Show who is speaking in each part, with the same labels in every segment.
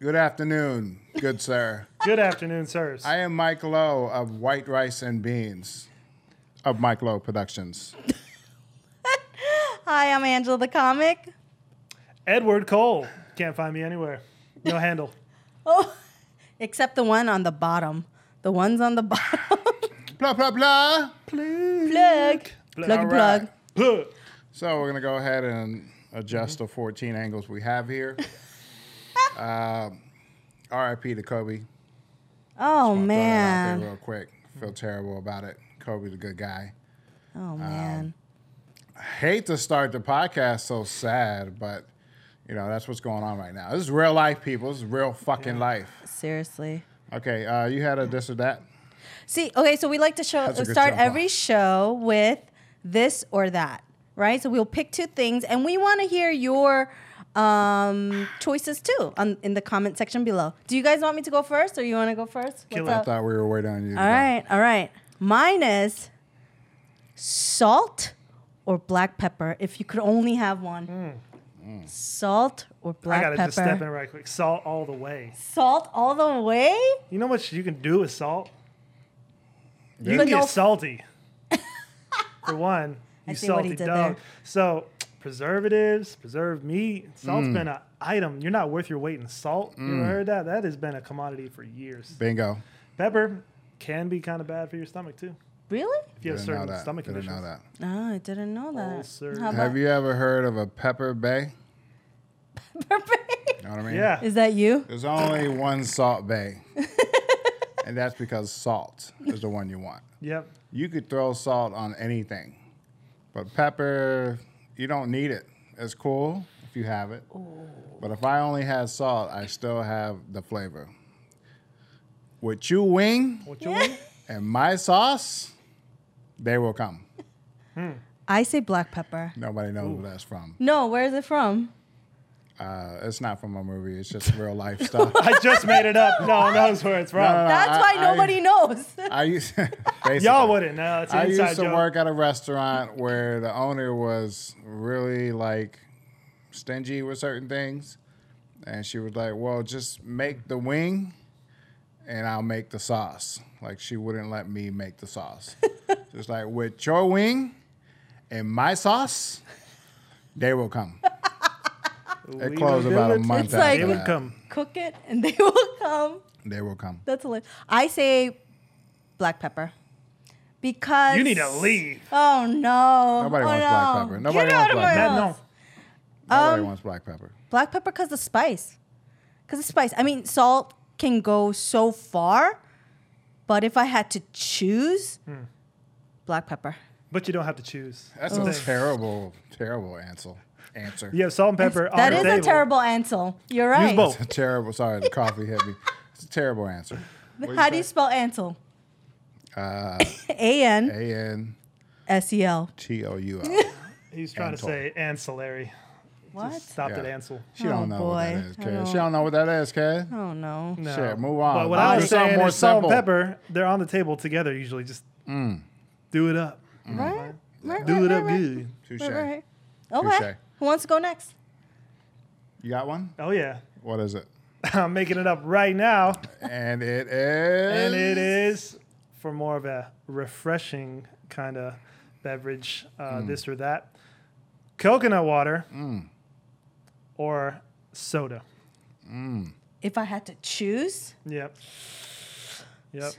Speaker 1: Good afternoon, good sir.
Speaker 2: Good afternoon, sirs.
Speaker 1: I am Mike Lowe of White Rice and Beans of Mike Lowe Productions.
Speaker 3: Hi, I'm Angela the comic.
Speaker 2: Edward Cole. Can't find me anywhere. No handle.
Speaker 3: Oh, except the one on the bottom. The ones on the bottom.
Speaker 1: Blah, blah, blah.
Speaker 3: plug. Plug,
Speaker 1: All
Speaker 3: plug.
Speaker 1: right.
Speaker 2: Huh.
Speaker 1: So we're going to go ahead and adjust the 14 angles we have here. Uh, um, RIP to Kobe. Throw that out
Speaker 3: Oh,
Speaker 1: there
Speaker 3: man.
Speaker 1: Real quick. Feel terrible about it. Kobe's a good guy.
Speaker 3: Oh,
Speaker 1: Um,
Speaker 3: man.
Speaker 1: hate to start the podcast so sad, but you know that's what's going on right now. This is real life, people. This is real fucking life.
Speaker 3: Seriously.
Speaker 1: Okay, uh, you had a this or that.
Speaker 3: See, okay, so we like to show
Speaker 1: That's a good
Speaker 3: start
Speaker 1: jump
Speaker 3: every
Speaker 1: off.
Speaker 3: show with this or that, right? So we'll pick two things, and we want to hear your um, choices too on, in the comment section below. Do you guys want me to go first, or you want to go first?
Speaker 2: Kill
Speaker 3: What's
Speaker 1: I
Speaker 2: it.
Speaker 3: up?
Speaker 1: thought we were waiting on you.
Speaker 3: All right, all right. Mine is salt or black pepper. If you could only have one, salt or
Speaker 2: Hmm. I
Speaker 3: black
Speaker 2: gotta
Speaker 3: pepper.
Speaker 2: just step in right quick. Salt all the way.
Speaker 3: Salt all the way.
Speaker 2: You know what you can do with salt? You can
Speaker 3: But
Speaker 2: get
Speaker 3: no-
Speaker 2: salty. For one, you
Speaker 3: see what
Speaker 2: salty
Speaker 3: he did
Speaker 2: dog.
Speaker 3: there.
Speaker 2: So preservatives, preserved meat,
Speaker 3: Mm.
Speaker 2: salt's been an item. You're not worth your weight in salt. You ever heard that? That has been a commodity for years.
Speaker 1: Bingo.
Speaker 2: Pepper can be kind of bad for your stomach too.
Speaker 3: Really?
Speaker 2: If you have
Speaker 1: Didn't know
Speaker 2: certain
Speaker 1: that.
Speaker 2: stomach
Speaker 1: Didn't know
Speaker 2: conditions.
Speaker 1: that.
Speaker 3: No, I didn't know that.
Speaker 2: Ulcer.
Speaker 3: How
Speaker 1: Have
Speaker 3: about
Speaker 1: you ever heard of a Pepper Bay? You know what I mean?
Speaker 2: Yeah.
Speaker 3: Is that you?
Speaker 1: There's only one Salt Bay, and that's because salt is the one you want.
Speaker 2: Yep.
Speaker 1: You could throw salt on anything, but pepper, you don't need it. It's cool if you have it. But if I only had salt, I still have the flavor. With you wing
Speaker 2: What you want?
Speaker 1: and my sauce, they will come.
Speaker 3: I say black pepper.
Speaker 1: Nobody knows where that's from.
Speaker 3: No, where is it from?
Speaker 1: Uh, it's not from a movie. It's just real life stuff.
Speaker 2: I just made it up. No one knows where it's from.
Speaker 1: no,
Speaker 3: That's
Speaker 1: I-
Speaker 3: why
Speaker 1: Uh, I-
Speaker 3: nobody knows.
Speaker 1: I used basically.
Speaker 2: Y'all wouldn't. No, it's an
Speaker 1: I
Speaker 2: inside
Speaker 1: used to
Speaker 2: joke.
Speaker 1: work at a restaurant where the owner was really like stingy with certain things, and she was like, "Well, just make the wing, and I'll make the sauce." Like she wouldn't let me make the sauce. just like with your wing and my sauce, they will come. It
Speaker 2: We
Speaker 1: closed
Speaker 2: will
Speaker 1: about
Speaker 2: do
Speaker 1: a
Speaker 2: it.
Speaker 1: month
Speaker 3: It's
Speaker 1: after
Speaker 3: like-
Speaker 2: They would
Speaker 1: that.
Speaker 2: come.
Speaker 3: Cook it and they will come.
Speaker 1: They will come.
Speaker 3: That's hilarious. I say black pepper because
Speaker 2: You need to leave.
Speaker 3: Oh no!
Speaker 1: Nobody
Speaker 3: Oh,
Speaker 1: wants
Speaker 3: no.
Speaker 1: black pepper. Nobody wants
Speaker 3: Get out of
Speaker 1: black
Speaker 3: my
Speaker 1: pepper.
Speaker 2: Matt, no.
Speaker 3: house. Um,
Speaker 1: Nobody wants black pepper.
Speaker 3: Black pepper because the spice, because the spice. I mean, salt can go so far, but if I had to choose,
Speaker 2: Hmm.
Speaker 3: black pepper.
Speaker 2: But you don't have to choose.
Speaker 1: That's a terrible, terrible answer. Answer.
Speaker 2: You have salt and pepper on
Speaker 3: That
Speaker 2: the
Speaker 3: is
Speaker 2: table.
Speaker 3: a terrible Ansel. You're
Speaker 2: Use
Speaker 3: right.
Speaker 2: both.
Speaker 1: It's a terrible. Sorry, the coffee hit me. It's a terrible answer.
Speaker 3: How do you spell Ansel?
Speaker 1: Uh,
Speaker 3: A
Speaker 1: A
Speaker 3: N
Speaker 1: N
Speaker 3: S E L.
Speaker 1: T O U L.
Speaker 2: He's trying
Speaker 1: Ansel.
Speaker 2: to say ancillary.
Speaker 3: What?
Speaker 2: Just stopped
Speaker 1: Yeah.
Speaker 2: at Ansel.
Speaker 1: She don't
Speaker 3: Oh,
Speaker 1: know what that
Speaker 3: boy.
Speaker 1: is,
Speaker 3: I
Speaker 1: kid. She
Speaker 3: don't-
Speaker 1: don't know what that is, kid.
Speaker 3: Oh no.
Speaker 2: No.
Speaker 1: Shit, move on.
Speaker 2: But what
Speaker 1: Do
Speaker 2: I was
Speaker 1: something
Speaker 2: saying
Speaker 1: more
Speaker 2: is salt and
Speaker 1: simple. Mm.
Speaker 2: pepper, they're on the table together usually. Just do it up.
Speaker 3: Right? Right,
Speaker 2: Do
Speaker 3: right,
Speaker 2: it up
Speaker 3: right, right.
Speaker 2: good.
Speaker 1: Touche.
Speaker 3: Right, right. Okay.
Speaker 1: Touche.
Speaker 3: Who wants to go next?
Speaker 1: You got one?
Speaker 2: Oh, yeah.
Speaker 1: What is it?
Speaker 2: I'm making it up right now.
Speaker 1: And it is.
Speaker 2: And it is for more of a refreshing kind of beverage, uh, this or that. Coconut water or soda.
Speaker 3: If I had to choose,
Speaker 2: Yep. Yep.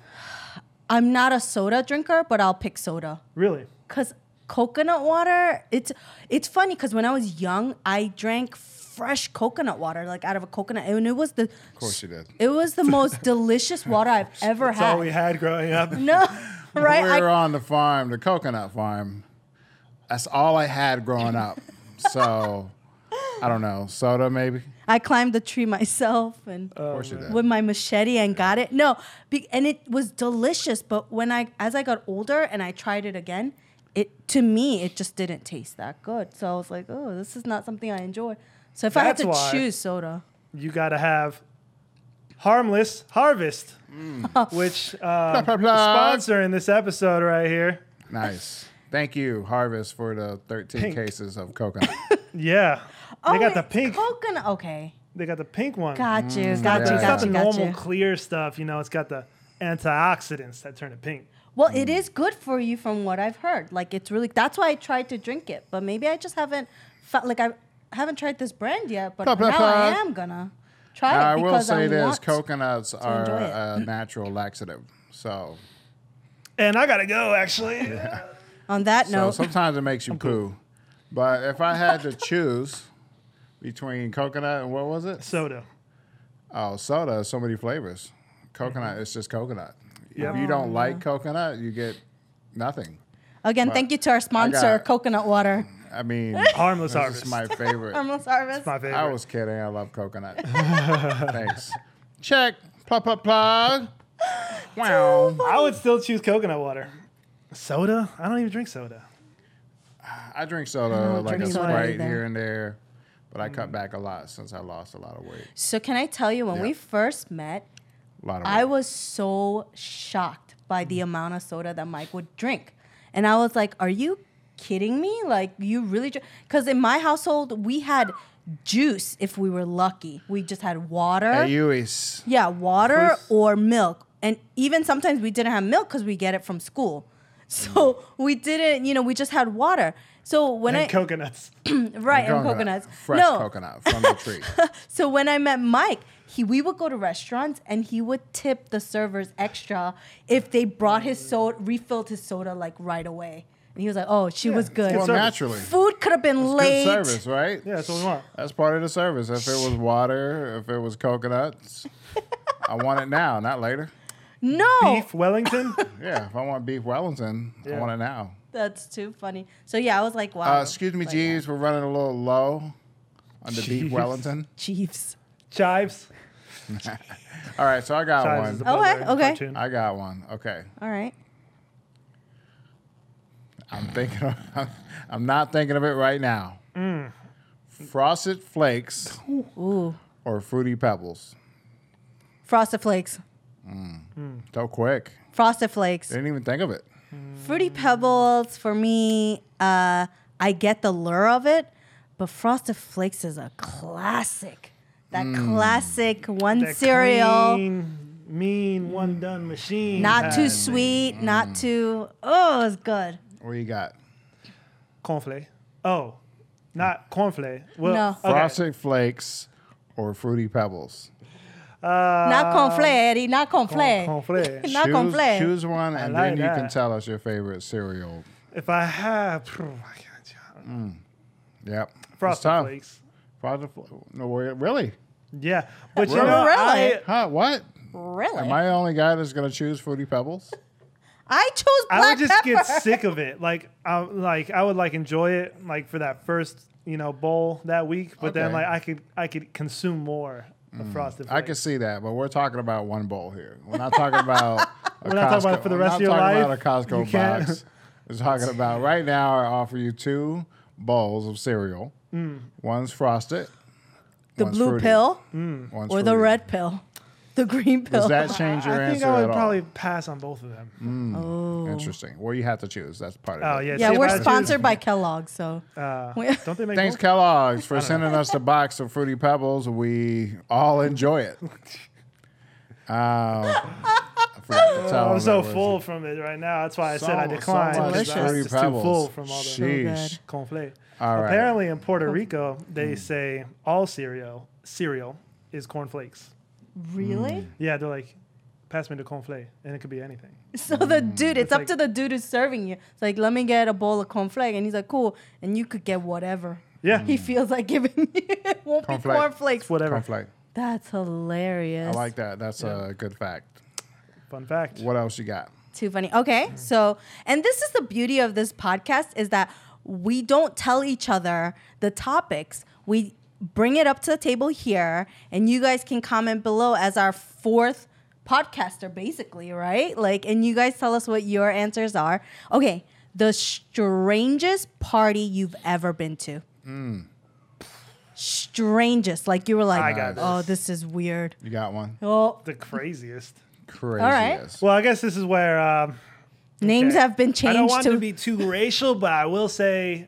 Speaker 3: I'm not a soda drinker, but I'll pick soda.
Speaker 2: Really?
Speaker 3: Cause coconut water, it's it's funny because when I was young, I drank fresh coconut water, like out of a coconut, and it was the
Speaker 1: Of course you did.
Speaker 3: it was the most delicious water I've ever
Speaker 2: That's
Speaker 3: had.
Speaker 2: all we had growing up.
Speaker 3: no, right?
Speaker 1: we were
Speaker 3: I,
Speaker 1: on the farm, the coconut farm. That's all I had growing up. so I don't know. Soda maybe?
Speaker 3: I climbed the tree myself and
Speaker 1: Of course you did.
Speaker 3: with my machete and got it. No, be, and it was delicious. But when I, as I got older and I tried it again, it to me it just didn't taste that good. So I was like, oh, this is not something I enjoy. So if I had
Speaker 2: That's
Speaker 3: to
Speaker 2: why-
Speaker 3: choose soda,
Speaker 2: You got to have Harmless Harvest, which uh,
Speaker 1: Blah, blah.
Speaker 2: sponsor in this episode right here.
Speaker 1: Nice. Thank you, Harvest, for the 13
Speaker 2: Pink.
Speaker 1: cases of coconut.
Speaker 2: Yeah.
Speaker 3: oh,
Speaker 2: they got the
Speaker 3: it's
Speaker 2: pink.
Speaker 3: coconut. Okay,
Speaker 2: they got the pink one.
Speaker 3: Got you. Got
Speaker 2: It's
Speaker 3: you.
Speaker 1: yeah.
Speaker 2: not
Speaker 3: Got
Speaker 2: the
Speaker 3: you. Got
Speaker 2: normal
Speaker 3: you.
Speaker 2: clear stuff, you know. It's got the antioxidants that turn it pink.
Speaker 3: Well, it is good for you from what I've heard. Like it's really that's why I tried to drink it, but maybe I just haven't felt like I haven't tried this brand yet, but
Speaker 1: Plug, plug,
Speaker 3: now I
Speaker 1: plug.
Speaker 3: am gonna try
Speaker 1: Now,
Speaker 3: it
Speaker 1: I will
Speaker 3: because
Speaker 1: say
Speaker 3: I
Speaker 1: this:
Speaker 3: want
Speaker 1: coconuts are
Speaker 3: enjoy it.
Speaker 1: a natural laxative. So,
Speaker 2: And I gotta go actually.
Speaker 3: on that
Speaker 1: so
Speaker 3: note.
Speaker 1: sometimes it makes you poo. But if I had to choose between coconut and what was it?
Speaker 2: Soda.
Speaker 1: Oh, soda. So many flavors. Coconut. It's just coconut.
Speaker 2: Yep.
Speaker 1: If you don't like coconut, you get nothing.
Speaker 3: Again, thank you to our sponsor,
Speaker 1: got-
Speaker 3: Coconut Water.
Speaker 1: I mean,
Speaker 2: Harmless
Speaker 1: this
Speaker 2: harvest.
Speaker 1: is my favorite.
Speaker 3: Harmless harvest.
Speaker 2: my favorite.
Speaker 1: I was kidding. I love coconut. Thanks. Check. Plug, plug, plug. Wow.
Speaker 2: I would still choose coconut water. Soda? I don't even drink soda.
Speaker 1: I drink soda
Speaker 3: don't
Speaker 1: like
Speaker 3: drink
Speaker 1: a
Speaker 3: Oh, soda
Speaker 1: Sprite
Speaker 3: either. Mm.
Speaker 1: here and there, but I cut back a lot since I lost a lot of weight.
Speaker 3: So can I tell you when
Speaker 1: Yeah.
Speaker 3: we first met,
Speaker 1: A lot of
Speaker 3: I
Speaker 1: weight.
Speaker 3: was so shocked by the amount of soda that Mike would drink. And I was like, are you kidding me? Like, you really? Because in my household, we had juice if we were lucky. We just had water.
Speaker 1: Hey, Yuis.
Speaker 3: yeah, water
Speaker 2: Please.
Speaker 3: or milk. And even sometimes we didn't have milk because we get it from school. So we didn't, you know, we just had water. So when
Speaker 2: and
Speaker 3: I
Speaker 2: coconuts.
Speaker 3: right and coconuts,
Speaker 1: Fresh
Speaker 3: no,
Speaker 1: coconut from the tree.
Speaker 3: so when I met Mike, he we would go to restaurants and he would tip the servers extra if they brought his soda, refilled his soda like right away. And he was like, "Oh, she was
Speaker 2: it's
Speaker 3: good.
Speaker 1: well,
Speaker 2: service.
Speaker 1: naturally.
Speaker 3: Food could have been
Speaker 1: Good
Speaker 3: late."
Speaker 1: service, right?
Speaker 2: Yeah, that's what we want.
Speaker 1: That's part of the service. If it was water, if it was coconuts, I want it now, not later.
Speaker 3: No,
Speaker 2: Beef Wellington.
Speaker 1: Yeah, if I want beef Wellington, I
Speaker 2: Yeah.
Speaker 1: want it now.
Speaker 3: that's too funny. So yeah, I was like, "Wow."
Speaker 1: Uh, excuse me,
Speaker 3: Like,
Speaker 1: Jeeves, we're running a little low on the beef
Speaker 2: Jeeves.
Speaker 1: Wellington.
Speaker 3: Chiefs.
Speaker 2: Chives.
Speaker 1: All right, so I got
Speaker 2: Chives is
Speaker 1: one.
Speaker 2: the
Speaker 3: Okay,
Speaker 2: buzzard
Speaker 3: Oh, okay.
Speaker 2: cartoon.
Speaker 1: I got one. Okay.
Speaker 3: All right.
Speaker 1: I'm thinking. Of, I'm not thinking of it right now.
Speaker 2: Mm.
Speaker 1: Frosted Flakes
Speaker 3: Ooh,
Speaker 1: or Fruity Pebbles?
Speaker 3: Frosted Flakes.
Speaker 1: So quick.
Speaker 3: Frosted Flakes.
Speaker 1: Didn't even think of it.
Speaker 3: Fruity Pebbles for me. Uh, I get the lure of it, but Frosted Flakes is a classic. That
Speaker 2: Mm.
Speaker 3: classic one
Speaker 2: That
Speaker 3: cereal,
Speaker 2: clean, mean, one done machine.
Speaker 3: not too
Speaker 2: has
Speaker 3: sweet, not
Speaker 2: Mm.
Speaker 3: too. Oh, it's good.
Speaker 1: What you got?
Speaker 2: Cornflake. Oh, not cornflake. Well,
Speaker 3: No.
Speaker 2: okay.
Speaker 1: Frosted Flakes or Fruity Pebbles?
Speaker 3: not
Speaker 2: Uh,
Speaker 3: confle, Eddie. Not confle.
Speaker 2: Cornflake.
Speaker 3: not
Speaker 1: choose,
Speaker 3: confle.
Speaker 1: choose one, and
Speaker 2: like
Speaker 1: then you can
Speaker 2: that.
Speaker 1: tell us your favorite cereal.
Speaker 2: If I have, oh phew, I can't-
Speaker 1: Yep. It's
Speaker 2: frosted
Speaker 1: tough.
Speaker 2: flakes.
Speaker 1: Frosted Flakes. No, wait, really?
Speaker 2: Yeah, but you
Speaker 1: Really?
Speaker 2: know,
Speaker 3: Really?
Speaker 2: I,
Speaker 1: Huh? What?
Speaker 3: Really?
Speaker 1: Am I the only guy that's gonna choose Fruity Pebbles?
Speaker 3: I chose black
Speaker 2: I would just
Speaker 3: pepper.
Speaker 2: get sick of it. Like, I like I would like enjoy it like for that first you know bowl that week, but then
Speaker 1: Okay. Mm.
Speaker 2: like I could I could consume more of frosted.
Speaker 1: I
Speaker 2: Flakes.
Speaker 1: can see that, but we're talking about one bowl here. We're not talking about. A
Speaker 2: We're not talking about for the rest of your life.
Speaker 1: talking about a
Speaker 2: You
Speaker 1: Costco
Speaker 2: can't-
Speaker 1: box. We're talking about right now. I offer you two bowls of cereal.
Speaker 2: Mm.
Speaker 1: One's frosted.
Speaker 3: the
Speaker 1: one's
Speaker 3: blue
Speaker 1: fruity,
Speaker 3: pill
Speaker 1: one's
Speaker 3: or the
Speaker 1: fruity.
Speaker 3: red pill, the green pill.
Speaker 1: Does that change your
Speaker 2: I think
Speaker 1: answer
Speaker 2: I would
Speaker 1: at Mm.
Speaker 2: probably pass on both of them.
Speaker 1: all? Interesting. Well, you have to choose. That's part of
Speaker 2: Oh
Speaker 1: it.
Speaker 2: yeah,
Speaker 3: yeah,
Speaker 2: see, if I
Speaker 3: we're
Speaker 2: had to choose-
Speaker 3: sponsored by Kellogg, so
Speaker 2: Uh,
Speaker 3: we-
Speaker 2: don't they make?
Speaker 1: Thanks,
Speaker 2: more?
Speaker 1: Kellogg's, for sending us the box of Fruity Pebbles. We all enjoy it. Um, I forgot to tell
Speaker 2: I'm
Speaker 1: them
Speaker 2: so
Speaker 1: it was-
Speaker 2: full from it right now. That's why I said I
Speaker 1: So- so much
Speaker 2: declined. because I was
Speaker 3: Delicious.
Speaker 1: Fruity
Speaker 2: just too
Speaker 1: Pebbles.
Speaker 2: full from all
Speaker 1: Sheesh.
Speaker 2: the
Speaker 3: So good.
Speaker 2: conflate.
Speaker 1: All right. Mm.
Speaker 2: Apparently, in Puerto Rico, they say all cereal cereal is cornflakes.
Speaker 3: really.
Speaker 2: Yeah, they're like, pass me the cornflake, and it could be anything.
Speaker 3: So the dude, it's, up
Speaker 2: Mm, like-
Speaker 3: to the dude who's serving you. It's like, let me get a bowl of cornflake. And he's like, cool. And you could get whatever.
Speaker 2: Yeah,
Speaker 3: He feels like giving you. It won't
Speaker 1: Cornflake.
Speaker 3: be cornflakes.
Speaker 2: it's whatever.
Speaker 1: Cornflake.
Speaker 3: That's
Speaker 1: I
Speaker 3: hilarious.
Speaker 1: like that. That's a good fact.
Speaker 2: Fun fact.
Speaker 1: What else you got?
Speaker 3: Too funny. Okay.
Speaker 2: Mm.
Speaker 3: So, and this is the beauty of this podcast is that we don't tell each other the topics. We bring it up to the table here, and you guys can comment below as our fourth podcaster, basically, right? Like, and you guys tell us what your answers are. Okay. The strangest party you've ever been to. Strangest. Like, you were like,
Speaker 2: Mm. I got
Speaker 3: oh,
Speaker 2: this.
Speaker 3: this is weird.
Speaker 1: You got one?
Speaker 3: Oh,
Speaker 2: The craziest.
Speaker 1: Crazy.
Speaker 2: Well, I guess this is where um,
Speaker 3: names
Speaker 2: okay.
Speaker 3: have been
Speaker 2: I don't
Speaker 3: changed
Speaker 2: want
Speaker 3: to,
Speaker 2: to be too racial, but I will say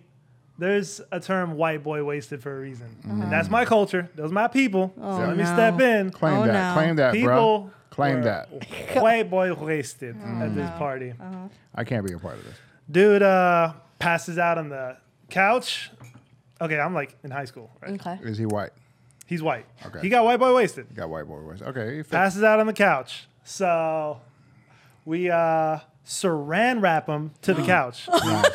Speaker 2: there's a term white boy wasted for a reason. And that's my culture. Those my people.
Speaker 3: Mm. Oh,
Speaker 2: so let me
Speaker 3: no.
Speaker 2: step in.
Speaker 1: Claim
Speaker 3: Oh,
Speaker 1: that.
Speaker 3: no.
Speaker 1: Claim that,
Speaker 2: People
Speaker 1: bro. Claim
Speaker 2: were
Speaker 1: that.
Speaker 2: White boy wasted
Speaker 3: Oh,
Speaker 2: at this party.
Speaker 1: I can't be a part of this.
Speaker 2: Dude uh, passes out on the couch. Okay, I'm like in high school. Right?
Speaker 3: Okay.
Speaker 1: Is he white?
Speaker 2: He's white.
Speaker 1: Okay.
Speaker 2: He got white boy wasted.
Speaker 1: Got white boy voice. Okay. he fit-
Speaker 2: Passes out on the couch. So we uh, saran wrap him to the couch.
Speaker 1: nice.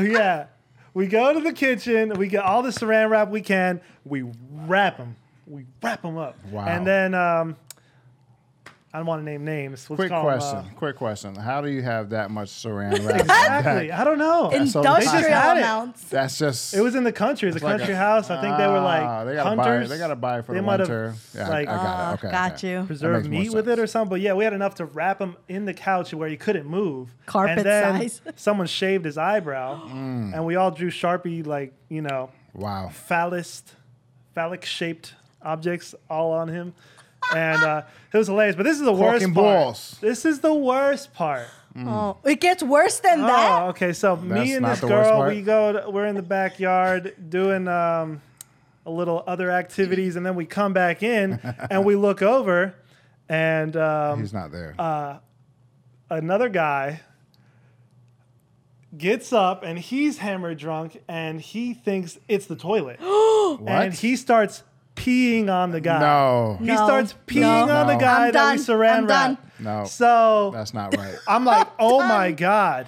Speaker 2: yeah. We go to the kitchen. We get all the saran wrap we can. We wrap them. We wrap them up.
Speaker 1: Wow.
Speaker 2: And then um, I don't want to name names. Let's
Speaker 1: Quick
Speaker 2: call 'em, uh,
Speaker 1: question. Quick question. How do you have that much saran wrap?
Speaker 2: exactly. I don't know.
Speaker 1: so
Speaker 2: They just
Speaker 3: Industrial
Speaker 2: had it.
Speaker 3: amounts.
Speaker 1: That's just.
Speaker 2: it was in the country. It was a
Speaker 1: like
Speaker 2: country
Speaker 1: a-
Speaker 2: house. I think they were
Speaker 1: Ah,
Speaker 2: like
Speaker 1: they gotta
Speaker 2: hunters.
Speaker 1: buy. They gotta buy for
Speaker 2: They
Speaker 1: the
Speaker 2: might have,
Speaker 1: winter. Yeah,
Speaker 2: like,
Speaker 1: I got it.
Speaker 3: Ah,
Speaker 1: Okay,
Speaker 3: got
Speaker 1: okay.
Speaker 3: you.
Speaker 2: preserved
Speaker 1: makes more
Speaker 2: meat with
Speaker 1: sense.
Speaker 2: it or something. But yeah, we had enough to wrap him in the couch where he couldn't move.
Speaker 3: Carpet
Speaker 2: and then
Speaker 3: size.
Speaker 2: Someone shaved his eyebrow,
Speaker 1: Mm.
Speaker 2: and we all drew Sharpie like you know
Speaker 1: Wow.
Speaker 2: phallus, phallic shaped objects all on him. And uh, it was hilarious. But this is the
Speaker 1: Cork
Speaker 2: worst
Speaker 1: and
Speaker 2: part.
Speaker 1: balls.
Speaker 2: This is the worst part.
Speaker 1: Hmm.
Speaker 3: Oh, it gets worse than
Speaker 2: Oh,
Speaker 3: that.
Speaker 2: okay. So
Speaker 1: That's
Speaker 2: me and
Speaker 1: not
Speaker 2: this
Speaker 1: the worst
Speaker 2: girl,
Speaker 1: part?
Speaker 2: we go. To, we're in the backyard doing um, a little other activities, and then we come back in and we look over, and um,
Speaker 1: He's not there.
Speaker 2: another guy gets up and he's hammered drunk and he thinks it's the toilet.
Speaker 1: what?
Speaker 2: and he starts peeing on the guy.
Speaker 1: no.
Speaker 2: He
Speaker 3: No.
Speaker 2: starts peeing
Speaker 1: No.
Speaker 2: on the
Speaker 1: No.
Speaker 2: guy
Speaker 3: I'm
Speaker 2: that we
Speaker 3: done.
Speaker 2: saran
Speaker 3: I'm
Speaker 2: wrap.
Speaker 1: No.
Speaker 2: So
Speaker 1: That's not right.
Speaker 2: I'm like, oh my God.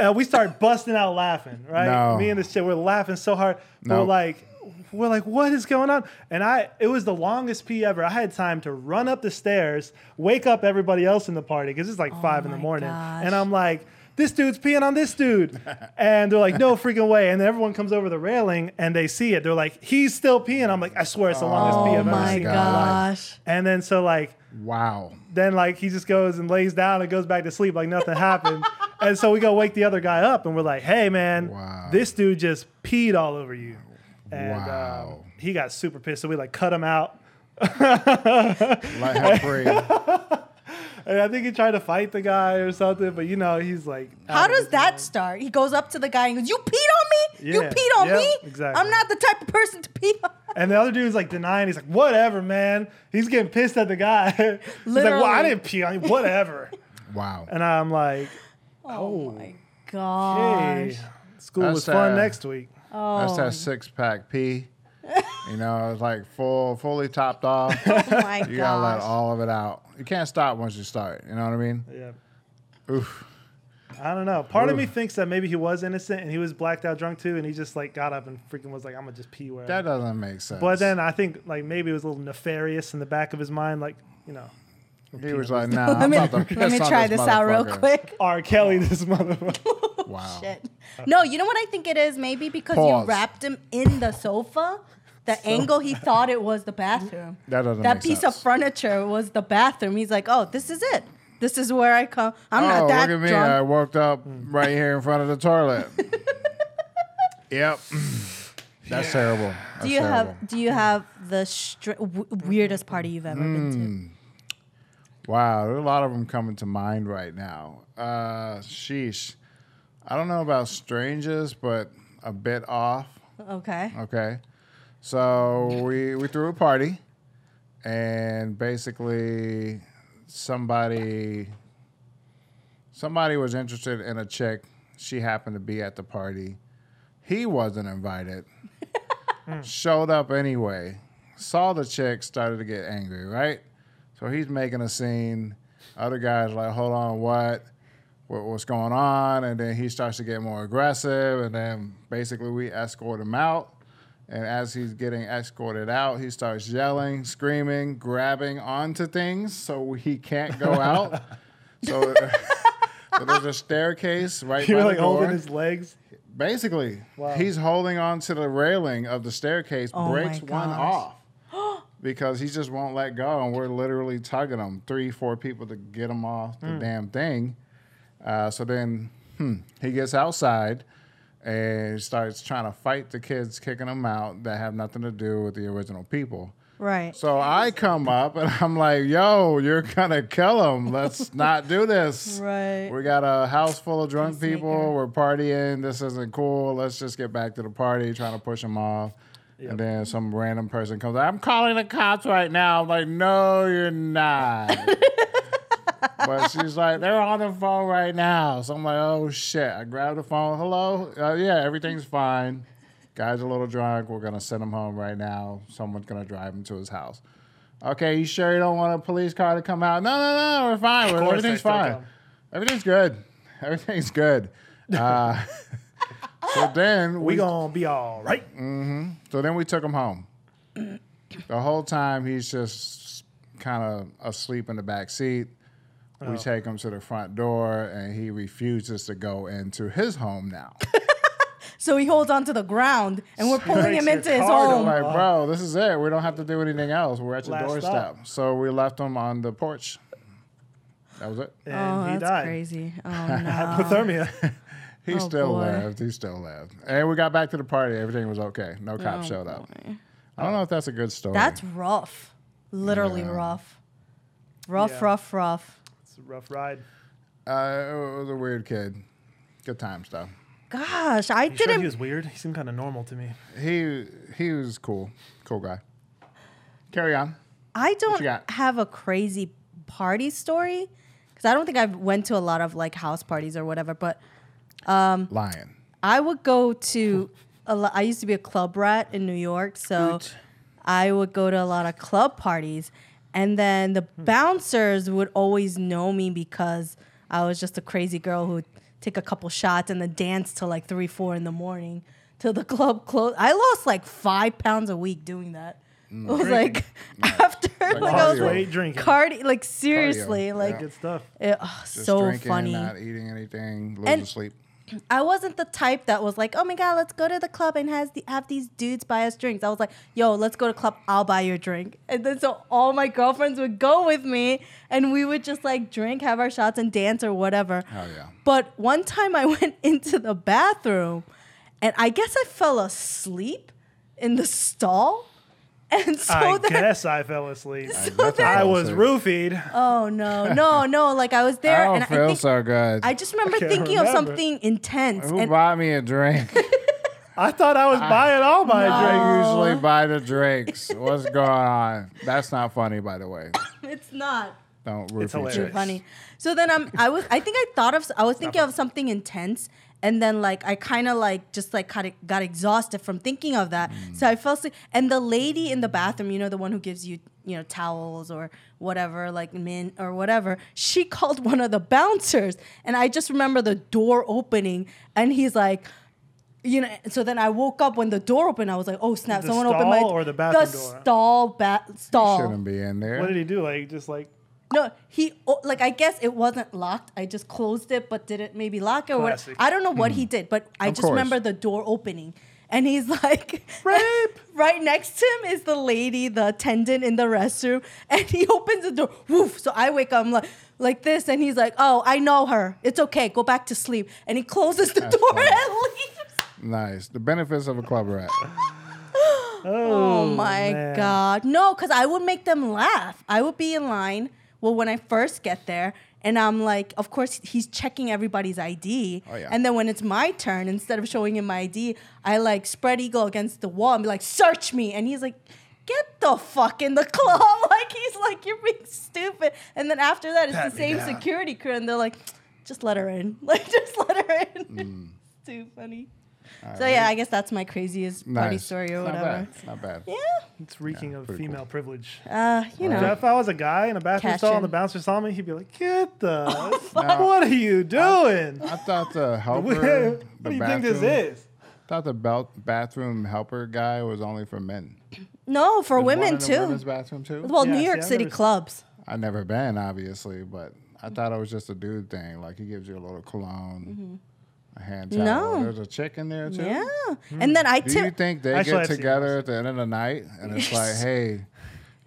Speaker 2: Uh, we start busting out laughing, right?
Speaker 1: No.
Speaker 2: Me and this shit, we're laughing so hard.
Speaker 1: No.
Speaker 2: We're like, we're like, what is going on? And I, it was the longest pee ever. I had time to run up the stairs, wake up everybody else in the party because it's like five in the
Speaker 3: Oh my
Speaker 2: morning,
Speaker 3: gosh.
Speaker 2: and I'm like, this dude's peeing on this dude, and they're like, no freaking way. And then everyone comes over the railing and they see it. They're like, he's still peeing. I'm like, I swear it's the longest pee
Speaker 3: Oh
Speaker 2: I've ever
Speaker 3: my
Speaker 2: seen.
Speaker 1: God.
Speaker 2: in my life.
Speaker 3: gosh.
Speaker 2: And then so like
Speaker 1: wow.
Speaker 2: then like he just goes and lays down and goes back to sleep like nothing happened. and so we go wake the other guy up and we're like, hey man,
Speaker 1: Wow.
Speaker 2: this dude just peed all over you. And um,
Speaker 1: Wow.
Speaker 2: he got super pissed. So we like cut him out.
Speaker 1: Let her free.
Speaker 2: And I think he tried to fight the guy or something, but you know, he's like,
Speaker 3: How
Speaker 2: out of
Speaker 3: does
Speaker 2: his-
Speaker 3: that start? He goes up to the guy and goes, "You peed on me. You
Speaker 2: Yeah,
Speaker 3: peed on
Speaker 2: yeah,
Speaker 3: me.
Speaker 2: exactly.
Speaker 3: I'm not the type of person to pee on."
Speaker 2: And the other dude's like denying. He's like, whatever, man. He's getting pissed at the guy. he's like, well, I
Speaker 3: Literally.
Speaker 2: didn't pee on you. Whatever.
Speaker 1: Wow.
Speaker 2: and I'm like,
Speaker 3: Oh my gosh.
Speaker 2: hey, school
Speaker 1: That's,
Speaker 2: was fun
Speaker 1: uh,
Speaker 2: next week.
Speaker 1: That's
Speaker 3: Oh,
Speaker 1: that six pack pee. You know, it's like full, fully topped off.
Speaker 3: oh my
Speaker 1: You gotta let
Speaker 3: gosh.
Speaker 1: all of it out. You can't stop once you start. You know what I mean?
Speaker 2: Yeah.
Speaker 1: Oof.
Speaker 2: I don't know. Part of me
Speaker 1: Oof.
Speaker 2: thinks that maybe he was innocent and he was blacked out drunk too, and he just like got up and freaking was like, "I'm gonna just pee wherever."
Speaker 1: That doesn't make sense.
Speaker 2: but then I think like maybe it was a little nefarious in the back of his mind, like you know,
Speaker 1: he was like, "Nah,
Speaker 3: Let
Speaker 1: I'm
Speaker 3: me,
Speaker 1: about to
Speaker 3: let me
Speaker 1: piss on
Speaker 3: try this out real
Speaker 1: motherfucker."
Speaker 3: quick.
Speaker 2: R. Kelly, this motherfucker.
Speaker 1: Wow.
Speaker 3: Shit. No, you know what I think it is? Maybe because
Speaker 1: Pause.
Speaker 3: you wrapped him in the sofa, the angle he thought it was the bathroom.
Speaker 1: That doesn't
Speaker 3: That
Speaker 1: make
Speaker 3: piece
Speaker 1: sense.
Speaker 3: of furniture was the bathroom. He's like, oh, this is it. This is where I come. I'm
Speaker 1: oh,
Speaker 3: not that
Speaker 1: look at me. I
Speaker 3: drunk.
Speaker 1: woke up right here in front of the toilet. yep. That's terrible. That's
Speaker 3: do you
Speaker 1: terrible.
Speaker 3: have Do you have the str- w- weirdest party you've ever
Speaker 1: Hmm.
Speaker 3: been
Speaker 1: Wow, there are a lot of them coming to mind right now. Uh, sheesh. I don't know about strangest, but a bit off.
Speaker 3: to? Okay.
Speaker 1: Okay. So we we threw a party and basically somebody somebody was interested in a chick. She happened to be at the party. He wasn't invited. Showed up anyway. Saw the chick, started to get angry, right? So he's making a scene. Other guys like, "Hold on, what? what, what's going on, and then he starts to get more aggressive, and then basically we escort him out. And as he's getting escorted out, he starts yelling, screaming, grabbing onto things, so he can't go out. so, so there's a staircase right
Speaker 2: You're
Speaker 1: by
Speaker 2: like
Speaker 1: the door.
Speaker 2: holding his legs.
Speaker 1: Basically,
Speaker 2: Wow.
Speaker 1: he's holding on to the railing of the staircase,
Speaker 3: Oh my
Speaker 1: breaks one
Speaker 3: gosh.
Speaker 1: off because he just won't let go. And we're literally tugging him, three, four people to get him off the
Speaker 3: Hmm.
Speaker 1: damn thing. Uh, so then hmm, he gets outside and starts trying to fight the kids, kicking them out that have nothing to do with the original people.
Speaker 3: Right.
Speaker 1: So I come up and I'm like, yo, you're gonna kill him. Let's not do this.
Speaker 3: Right.
Speaker 1: We got a house full of drunk
Speaker 3: Peacemaker.
Speaker 1: people. We're partying. This isn't cool. Let's just get back to the party, trying to push them off.
Speaker 2: Yep.
Speaker 1: And then some random person comes, I'm calling the cops right now. I'm like, no, you're not. but she's like, they're on the phone right now. So I'm like, oh shit. I grab the phone. Hello? Uh, yeah, everything's fine. Guy's a little drunk. We're going to send him home right now. Someone's going to drive him to his house. Okay, you sure you don't want a police car to come out? No, no, no, we're fine. We're-
Speaker 2: course they
Speaker 1: everything's
Speaker 2: still
Speaker 1: fine.
Speaker 2: come.
Speaker 1: Everything's good. Everything's good. Uh, so then
Speaker 2: We gonna be all right.
Speaker 1: so then we took him home. the whole time he's just kind of asleep in the back seat. We take him to the front door, and he refuses to go into his home now.
Speaker 3: So he holds onto the ground, and we're pulling
Speaker 2: Makes
Speaker 3: him
Speaker 2: your
Speaker 3: into his
Speaker 2: car
Speaker 1: I'm
Speaker 3: home.
Speaker 1: like, bro, this is it. We don't have to do anything else. We're at your
Speaker 2: Last
Speaker 1: doorstep. So we left him on the porch. That was it.
Speaker 2: And
Speaker 3: Oh,
Speaker 2: he
Speaker 3: that's
Speaker 2: died.
Speaker 3: crazy. Oh no.
Speaker 2: Hypothermia.
Speaker 1: He
Speaker 3: Oh,
Speaker 1: still
Speaker 3: boy.
Speaker 1: lived. He still lived. And we got back to the party. Everything was okay. No cops showed up. I don't know if that's a good story.
Speaker 3: Oh, That's rough. Literally rough. Rough,
Speaker 2: Yeah.
Speaker 3: rough, rough.
Speaker 2: it's a rough ride.
Speaker 1: uh, it was a weird kid. Good times though.
Speaker 3: Gosh, I
Speaker 2: You sure
Speaker 3: didn't.
Speaker 2: he was weird? He seemed kind of normal to me.
Speaker 1: He he was cool, cool guy. Carry on.
Speaker 3: I don't
Speaker 1: you got?
Speaker 3: have a crazy party story because I don't think I've went to a lot of like house parties or whatever. But
Speaker 1: Lion.
Speaker 3: I would go to. A lo- I used to be a club rat in New York, so I would go to a lot of club parties, and then the
Speaker 1: Hmm.
Speaker 3: bouncers would always know me because I was just a crazy girl who would take a couple shots and then dance till like three, four in the morning till the club closed. I lost like five pounds a week doing that. It was like after like, I
Speaker 1: Mm. cardio.
Speaker 3: was like
Speaker 2: Wait, drinking.
Speaker 3: cardi like seriously
Speaker 1: Cardio,
Speaker 3: like
Speaker 2: Good stuff.
Speaker 3: it, oh,
Speaker 1: Just
Speaker 3: so
Speaker 1: drinking,
Speaker 3: funny.
Speaker 1: not eating anything, losing
Speaker 3: And-
Speaker 1: sleep.
Speaker 3: I wasn't the type that was like, oh my god, let's go to the club and has the, have these dudes buy us drinks. I was like, yo, let's go to club. I'll buy your drink. And then so all my girlfriends would go with me, and we would just like drink, have our shots, and dance or whatever.
Speaker 1: Oh yeah.
Speaker 3: But one time I went into the bathroom, and I guess I fell asleep in the stall, and so
Speaker 2: I
Speaker 3: then
Speaker 2: guess I fell asleep.
Speaker 1: Like,
Speaker 3: So
Speaker 1: that's
Speaker 3: then-
Speaker 1: how
Speaker 2: I
Speaker 1: it
Speaker 2: was
Speaker 1: too.
Speaker 2: roofied.
Speaker 3: oh no, no, no! Like I was
Speaker 1: I
Speaker 3: there,
Speaker 1: don't
Speaker 3: and I
Speaker 1: feel
Speaker 3: think
Speaker 1: so good.
Speaker 3: I just remember
Speaker 2: can't
Speaker 3: thinking of
Speaker 2: remember.
Speaker 3: something intense,
Speaker 1: Who
Speaker 3: and
Speaker 1: bought me a drink?
Speaker 2: I thought I was
Speaker 1: Ah.
Speaker 2: buying all my
Speaker 1: I
Speaker 2: drinks.
Speaker 1: usually buy the drinks. What's going on? That's not funny, by the way.
Speaker 3: it's not.
Speaker 1: Don't root
Speaker 2: It's
Speaker 1: for
Speaker 2: hilarious.
Speaker 3: too funny. So then I'm I was I think I thought of I was thinking of something intense and then like I kind of like just like got, got exhausted from thinking of that.
Speaker 2: Mm.
Speaker 3: So I fell asleep and the lady in the bathroom, you know the one who gives you you know towels or whatever like mint or whatever she called one of the bouncers and i just remember the door opening and he's like you know so then i woke up when the door opened i was like oh snap
Speaker 2: The
Speaker 3: someone opened my
Speaker 2: stall or the bathroom
Speaker 3: the
Speaker 2: door?
Speaker 3: stall ba- stall
Speaker 1: Shouldn't be in there.
Speaker 2: What did he do? Like just like
Speaker 3: no, he oh, like I guess it wasn't locked. I just closed it, but didn't maybe lock it. Or what,
Speaker 2: Classic.
Speaker 3: I don't know what he did, but I
Speaker 1: Hmm. Of
Speaker 3: just
Speaker 1: course.
Speaker 3: remember the door opening, and he's like,
Speaker 2: Rape!
Speaker 3: right next to him is the lady, the attendant in the restroom, and he opens the door. Woof! So I wake up, I'm like, like this, and he's like, "Oh, I know her. It's okay. Go back to sleep." And he closes the door
Speaker 1: funny.
Speaker 3: and leaves.
Speaker 1: Nice. The benefits of a club rat.
Speaker 3: Oh,
Speaker 2: oh,
Speaker 3: my
Speaker 2: man.
Speaker 3: god. No, because I would make them laugh. I would be in line. Well, when I first get there, and I'm like, of course, he's checking everybody's ID.
Speaker 1: Oh, yeah.
Speaker 3: And then when it's my turn, instead of showing him my ID, I like spread eagle against the wall and be like, search me. And he's like, get the fuck in the club. like, he's like, you're being stupid. And then after that, it's
Speaker 2: Pat
Speaker 3: the
Speaker 2: me
Speaker 3: same
Speaker 2: down.
Speaker 3: security crew, and they're like, just let her in. Like, just let her in.
Speaker 2: Mm.
Speaker 3: Too funny. So yeah, I guess that's my craziest party
Speaker 1: Nice.
Speaker 3: story
Speaker 1: It's
Speaker 3: or
Speaker 1: not
Speaker 3: whatever.
Speaker 1: bad. It's Not bad.
Speaker 3: Yeah.
Speaker 2: It's reeking of
Speaker 1: pretty
Speaker 2: female privilege.
Speaker 3: Uh, you know.
Speaker 2: If I was a guy in a bathroom
Speaker 3: Cash
Speaker 2: stall and the
Speaker 3: in.
Speaker 2: bouncer saw me, he'd be like, "Get the what are you doing?
Speaker 1: I thought the helper.
Speaker 2: what
Speaker 1: the
Speaker 2: do you think this
Speaker 1: bathroom-
Speaker 2: is?"
Speaker 1: Thought the belt bathroom helper guy was only for men.
Speaker 3: No, for
Speaker 1: One
Speaker 3: women
Speaker 1: in the
Speaker 3: too.
Speaker 1: Women's bathroom too.
Speaker 3: Well,
Speaker 2: Yeah,
Speaker 3: New
Speaker 2: see,
Speaker 3: York
Speaker 2: I've
Speaker 3: City
Speaker 2: never-
Speaker 3: clubs.
Speaker 1: I never been, obviously, but I thought it was just a dude thing. Like he gives you a little cologne, a hand towel.
Speaker 3: No.
Speaker 1: There's a chick in there too.
Speaker 3: Yeah. And then I
Speaker 1: Do you
Speaker 3: tip.
Speaker 1: think they
Speaker 2: Actually, I've
Speaker 1: get
Speaker 2: seen
Speaker 1: together at the end of the night and it's like, hey,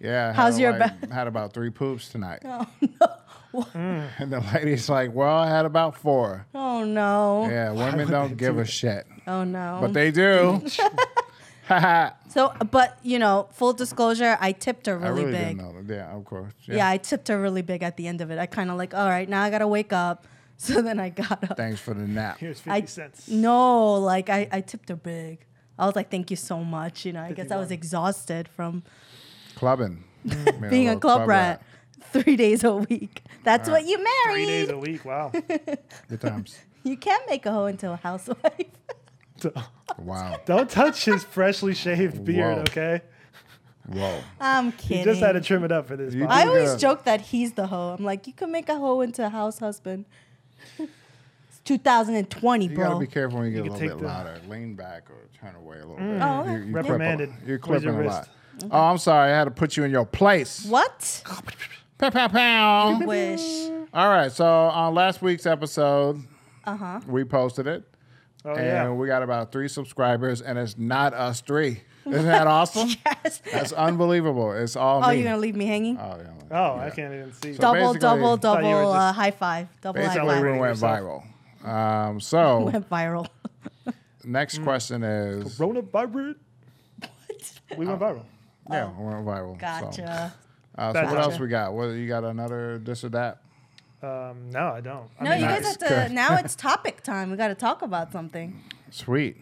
Speaker 1: yeah, I had
Speaker 3: How's your
Speaker 1: like- had about three poops tonight,
Speaker 3: oh no.
Speaker 1: and the lady's like, well, I had about four.
Speaker 3: Oh no.
Speaker 1: Yeah, women don't give a shit,
Speaker 3: Oh no.
Speaker 1: but they do. Haha.
Speaker 3: So, but you know, full disclosure, I tipped her
Speaker 1: I
Speaker 3: really,
Speaker 1: really
Speaker 3: big.
Speaker 1: didn't know that. Yeah, of course.
Speaker 3: Yeah. I tipped her really big at the end of it. I kind of like, all right, now I gotta wake up. So then I got up.
Speaker 1: Thanks for the nap.
Speaker 2: Here's 50
Speaker 3: I
Speaker 2: cents.
Speaker 3: no, like I, I tipped her big. I was like, thank you so much. You know, I guess I was
Speaker 2: 51.
Speaker 3: exhausted from
Speaker 1: Clubbing. Being,
Speaker 3: being a
Speaker 1: little
Speaker 3: club rat. Three days a week. That's what you
Speaker 2: Three days
Speaker 3: married.
Speaker 2: a week. Wow.
Speaker 1: Good times.
Speaker 3: You can't make a hoe into a housewife.
Speaker 1: Wow.
Speaker 2: Don't touch his freshly shaved beard,
Speaker 1: Whoa.
Speaker 2: okay?
Speaker 1: Whoa.
Speaker 3: I'm kidding.
Speaker 2: He just had to trim it up for this.
Speaker 1: You
Speaker 2: Bob.
Speaker 3: I always
Speaker 1: Yeah.
Speaker 3: joke that he's the hoe. I'm like, you can make a hoe into a house husband. it's 2020,
Speaker 1: You
Speaker 3: bro.
Speaker 1: gotta be careful when you get
Speaker 2: can
Speaker 1: a
Speaker 2: take
Speaker 1: little bit
Speaker 2: the-
Speaker 1: louder. Lean back or turn away a little bit.
Speaker 3: Oh,
Speaker 1: You- you clip a-
Speaker 2: Reprimanded.
Speaker 1: You're
Speaker 2: Where's
Speaker 1: clipping
Speaker 2: your
Speaker 1: a lot.
Speaker 2: wrist?
Speaker 1: Oh, I'm sorry. I had to put you in your place.
Speaker 3: what?
Speaker 1: Pow, pow, pow.
Speaker 3: Wish.
Speaker 1: All right. So on last week's episode,
Speaker 3: Uh huh.
Speaker 1: we posted it,
Speaker 2: Oh,
Speaker 1: and
Speaker 2: yeah.
Speaker 1: we got about three subscribers, and it's not us three. Isn't that awesome?
Speaker 3: Yes.
Speaker 1: That's unbelievable. It's all
Speaker 3: Oh,
Speaker 1: me.
Speaker 3: you're gonna leave me hanging?
Speaker 1: oh, yeah.
Speaker 2: Oh, I
Speaker 1: Yeah.
Speaker 2: can't even see.
Speaker 1: So
Speaker 3: double,
Speaker 1: basically-
Speaker 3: double,
Speaker 2: Thought you were
Speaker 3: double uh,
Speaker 2: just-
Speaker 3: high five. Double high
Speaker 1: Basically,
Speaker 3: five.
Speaker 1: we went
Speaker 2: yourself.
Speaker 1: viral. Um, so
Speaker 3: Went viral.
Speaker 1: next question is
Speaker 2: Coronavirus. We went viral.
Speaker 1: yeah, we went viral. So,
Speaker 3: Gotcha.
Speaker 1: uh, so
Speaker 2: That's
Speaker 1: what
Speaker 2: awesome.
Speaker 1: else we got? What you got? Another this or that?
Speaker 2: Um, no, I don't. I
Speaker 3: no,
Speaker 2: mean,
Speaker 3: you guys
Speaker 1: nice.
Speaker 3: have to. Now it's topic time. We got to talk about something.
Speaker 1: Sweet.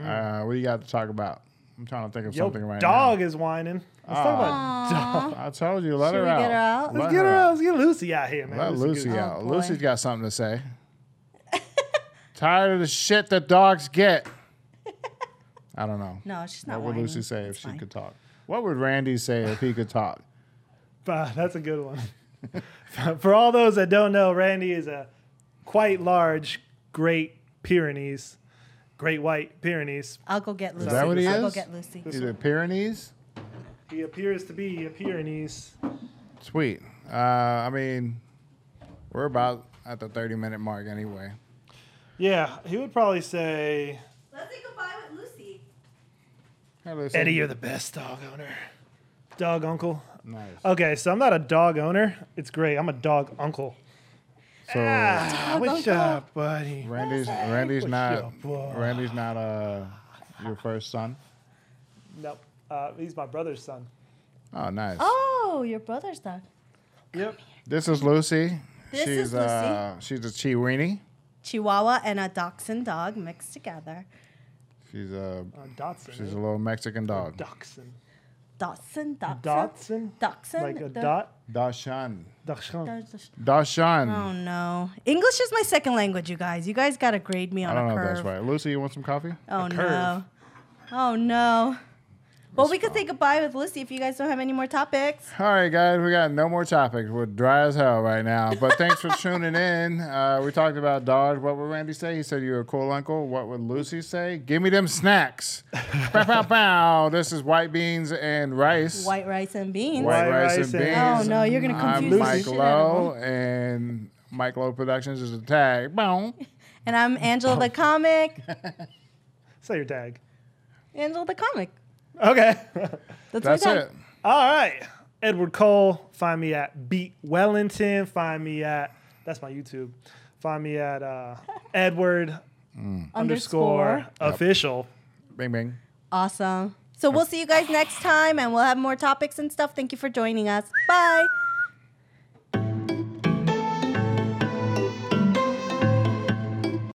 Speaker 1: Uh, what do you got to talk about? I'm trying to think of
Speaker 2: your
Speaker 1: something right
Speaker 2: Mm.
Speaker 1: Ah.
Speaker 2: dog is whining. Let's talk about dog.
Speaker 1: now. I told you, let
Speaker 3: Should
Speaker 1: her
Speaker 3: we
Speaker 1: out.
Speaker 3: get her out?
Speaker 1: Let
Speaker 2: Let's get her out. Let's get Lucy out here, man.
Speaker 1: Uh-huh. Let Lucy
Speaker 2: Goose.
Speaker 1: out.
Speaker 3: boy.
Speaker 1: Lucy's got something to say. Tired of the shit that dogs get. I don't know.
Speaker 3: No, she's not.
Speaker 1: What would
Speaker 3: whining.
Speaker 1: Lucy say if
Speaker 3: It's
Speaker 1: she
Speaker 3: fine.
Speaker 1: could talk? What would Randy say if he could talk?
Speaker 2: Bah, that's a good one. For all those that don't know, Randy is a quite large, great Pyrenees, great white Pyrenees.
Speaker 3: I'll go get Lucy.
Speaker 1: that what he
Speaker 3: I'll go
Speaker 1: is?
Speaker 3: get Lucy.
Speaker 1: He's a Pyrenees?
Speaker 2: He appears to be a Pyrenees.
Speaker 1: Sweet. Uh, I mean, we're about at the 30 minute mark anyway.
Speaker 2: Yeah, he would probably say,
Speaker 3: Let's say goodbye with Lucy.
Speaker 1: Hey, Lucy.
Speaker 2: Eddie, you're the best dog owner. Dog uncle.
Speaker 1: Nice.
Speaker 2: Okay, so I'm not a dog owner. It's great. I'm a dog uncle.
Speaker 1: So
Speaker 2: Ah, what's up, buddy?
Speaker 1: Randy's Randy's
Speaker 2: What's
Speaker 1: not
Speaker 2: up, boy?
Speaker 1: Randy's not uh your first son.
Speaker 2: Nope. Uh, he's my brother's son.
Speaker 1: Oh, nice.
Speaker 3: Oh, your brother's dog.
Speaker 2: Yep.
Speaker 1: This is Lucy.
Speaker 3: This
Speaker 1: she's
Speaker 3: is Lucy.
Speaker 1: uh she's a Chiweenie.
Speaker 3: Chihuahua and a dachshund dog mixed together.
Speaker 1: She's a
Speaker 2: Uh, Dotson.
Speaker 1: she's a
Speaker 2: right?
Speaker 1: little Mexican dog.
Speaker 2: Dachshund.
Speaker 3: Dachshund, dachshund,
Speaker 2: Dotson?
Speaker 3: dachshund.
Speaker 2: Like a
Speaker 3: the-
Speaker 2: dot?
Speaker 1: Dashan.
Speaker 2: Dachshund.
Speaker 3: there's a-
Speaker 1: Dashan.
Speaker 3: Oh no! English is my second language, you guys. You guys gotta grade me
Speaker 1: I
Speaker 3: on
Speaker 1: don't
Speaker 3: a
Speaker 1: know
Speaker 3: curve.
Speaker 1: if that's right. Lucy, you want some coffee?
Speaker 3: Oh
Speaker 2: A curve.
Speaker 3: no! Oh no! Well,
Speaker 1: That's
Speaker 3: we could say goodbye with Lucy if you guys don't have any more topics.
Speaker 1: All right, guys, we got no more topics. We're dry as hell right now. But thanks for tuning in. Uh, we talked about Dodge. What would Randy say? He said you're a cool uncle. What would Lucy say? Give me them snacks. pow, pow, pow. This is white beans and rice.
Speaker 3: White rice and beans.
Speaker 1: White
Speaker 2: White
Speaker 1: rice, and
Speaker 2: rice
Speaker 1: beans.
Speaker 2: and-
Speaker 3: Oh no! You're gonna
Speaker 1: I'm
Speaker 3: confuse the
Speaker 1: Mike
Speaker 3: shit out of me.
Speaker 1: Lowe, and Mike Lowe Productions is a tag. Boom.
Speaker 3: And I'm Angela the comic.
Speaker 2: Say your tag.
Speaker 3: Angela the comic.
Speaker 2: Okay.
Speaker 3: That's,
Speaker 1: That's
Speaker 3: my
Speaker 1: it.
Speaker 3: tag.
Speaker 2: All right. Edward Cole. Find me at Beat Wellington. Find me at, that's my YouTube. Find me at uh, Edward underscore official.
Speaker 1: Bing, bing.
Speaker 3: Awesome. So we'll see you guys next time, and we'll have more topics and stuff. Thank you for joining us. Bye.